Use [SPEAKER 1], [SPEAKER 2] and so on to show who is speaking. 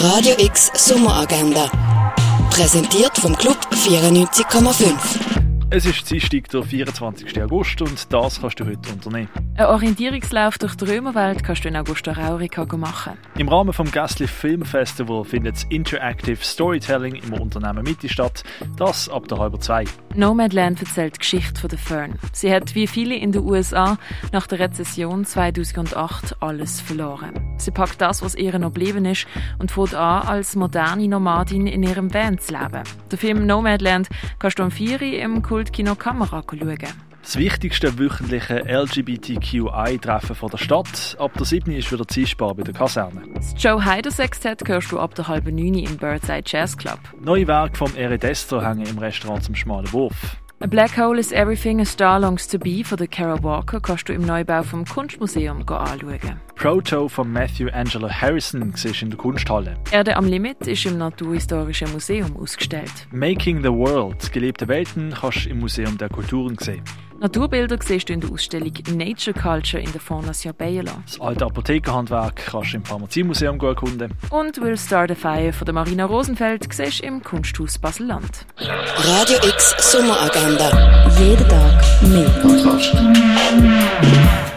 [SPEAKER 1] Radio X Sommeragenda. Präsentiert vom Club 94,5.
[SPEAKER 2] Es ist Dienstag, der 24. August und das kannst du heute unternehmen.
[SPEAKER 3] Ein Orientierungslauf durch die Römerwelt kannst du in Augusta Raurica machen.
[SPEAKER 2] Im Rahmen vom Gästli Film Festival findet das Interactive Storytelling im Unternehmen Mitte statt, das ab der halben zwei.
[SPEAKER 3] Nomadland erzählt die Geschichte von der Fern. Sie hat wie viele in den USA nach der Rezession 2008 alles verloren. Sie packt das, was ihr noch geblieben ist und fängt an, als moderne Nomadin in ihrem Van zu leben. Den Film Nomadland kannst du am 4 Uhr im Kultkino Kamera schauen.
[SPEAKER 2] Das wichtigste wöchentliche LGBTQI-Treffen von der Stadt. Ab der 7. ist wieder Zielspar bei der Kaserne.
[SPEAKER 3] Das Joe Heider Sextet hörst du ab der halben 9 Uhr im Birdside Jazz Club.
[SPEAKER 2] Neue Werke vom Eredestro hängen im Restaurant zum Schmalen Wurf.
[SPEAKER 3] A Black Hole is Everything a Star Longs to Be von der Kara Walker kannst du im Neubau vom Kunstmuseum go anschauen.
[SPEAKER 2] Proto von Matthew Angelo Harrison siehst du in der Kunsthalle.
[SPEAKER 3] Erde am Limit ist im Naturhistorischen Museum ausgestellt.
[SPEAKER 2] Making the World, gelebte Welten, kannst du im Museum der Kulturen sehen.
[SPEAKER 3] Naturbilder siehst du in der Ausstellung Nature Culture in der Fondation Bayerland.
[SPEAKER 2] Das alte Apothekerhandwerk kannst du im Pharmaziemuseum erkunden.
[SPEAKER 3] Und Will Start a Fire von der Marina Rosenfeld siehst du im Kunsthaus Basel-Land.
[SPEAKER 1] Radio X Sommeragenda. Jeden Tag mehr.